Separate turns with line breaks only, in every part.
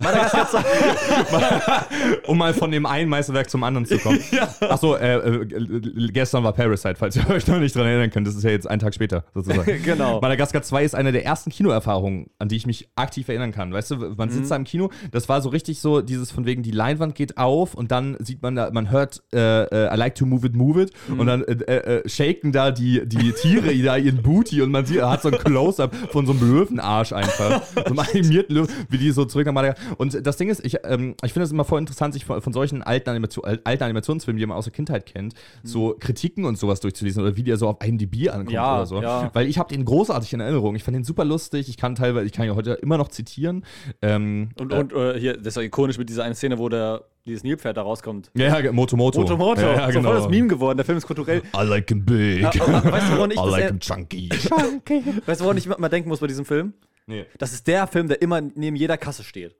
Madagaskar 2. um mal von dem einen Meisterwerk zum anderen zu kommen. Achso, äh, äh, gestern war Parasite, falls ihr euch noch nicht dran erinnern könnt. Das ist ja jetzt einen Tag später, sozusagen.
Genau.
Madagaskar 2 ist eine der ersten Kinoerfahrungen, an die ich mich aktiv erinnern kann. Weißt du, man
Mhm.
sitzt da im Kino, das war so richtig so, dieses von wegen, die Leinwand geht auf und dann sieht man da, man hört äh, äh, I like to move it, move it
Mhm.
und dann äh, äh, äh, shaken da die, die Tiere da ihren Booty und man sieht, hat so ein Close-Up von so einem Löwenarsch einfach. so einem animierten Löwen, wie die so zurück nach Madagaskar. Und das Ding ist, ich, ähm, ich finde es immer voll interessant, sich von, von solchen alten, Animation, al- alten Animationsfilmen, die man aus der Kindheit kennt,
Mhm.
so Kritiken und sowas durchzulesen oder wie die so auf IMDb ankommt
Ja,
oder so.
ja.
Weil ich habe den großartig in Erinnerung. Ich fand den super lustig. Ich kann teilweise, ich kann ja heute immer noch zitieren. Ähm,
Und, und äh, hier, das ist ja ikonisch mit dieser einen Szene, wo der, dieses Nilpferd da rauskommt.
ja, ja, Moto Moto.
Moto Moto.
Ja, ja,
So voll
genau.
das Meme geworden. Der Film ist kulturell.
I like him big.
Ja, aber weißt du, woran ich
I
das
like
er-
him chunky.
Weißt du, woran ich mal denken muss bei diesem Film?
nee.
Das ist der Film, der immer neben jeder Kasse steht.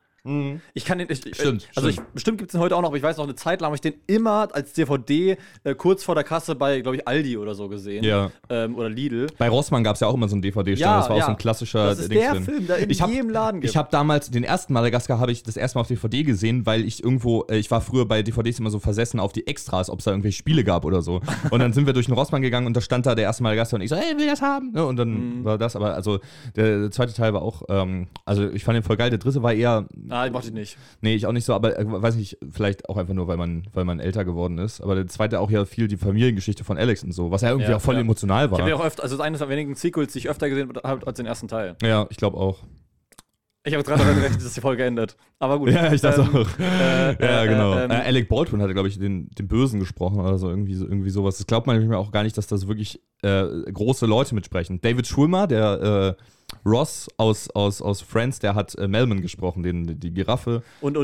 Ich kann den. Ich,
Mhm. Stimmt,
Also
stimmt.
Ich, bestimmt gibt es den heute auch noch, aber ich weiß noch, eine Zeit lang habe ich den immer als DVD äh, kurz vor der Kasse bei, glaube ich, Aldi oder so gesehen.
Ja.
Ähm, oder Lidl.
Bei Rossmann gab es ja auch immer so einen DVD-Stand.
Ja,
das war auch
ja.
so ein klassischer
Das ist der
Dingsfilm.
Film, der in
ich hab,
jedem Laden gibt.
Ich habe damals den ersten Madagaskar habe ich das erste Mal auf DVD gesehen, weil ich irgendwo, äh, ich war früher bei DVDs immer so versessen auf die Extras, ob es da irgendwelche Spiele gab oder so. Und dann sind wir durch den Rossmann gegangen und da stand da der erste Madagaskar und ich so, hey, will das haben? Ne? Und dann
Mhm.
war das, aber also der, der zweite Teil war auch, ähm, also ich fand den voll geil. Der dritte war eher,
Ah, ich mochte ihn nicht.
nee, ich auch nicht so, aber äh, weiß nicht, vielleicht auch einfach nur, weil man, weil man älter geworden ist. Aber der zweite auch ja viel die Familiengeschichte von Alex und so, was ja irgendwie
Ja,
auch voll
ja.
emotional
Ich
war.
habe ja auch öfter, also das ist eines der wenigen Sequels, die ich öfter gesehen habe halt als den ersten Teil.
ja, ich glaube auch.
Ich habe gerade daran gerechnet, dass die Folge endet. Aber gut.
Ja, ich dachte
Ähm,
auch. ja,
äh,
genau.
ähm,
äh, Alec Baldwin hatte, glaube ich, den, den Bösen gesprochen oder so irgendwie, so, irgendwie sowas. Das glaubt man nämlich auch gar nicht, dass das wirklich äh, große Leute mitsprechen. David Schwimmer, der äh, Ross aus, aus, aus Friends, der hat äh, Melman gesprochen, den, die Giraffe.
Und, und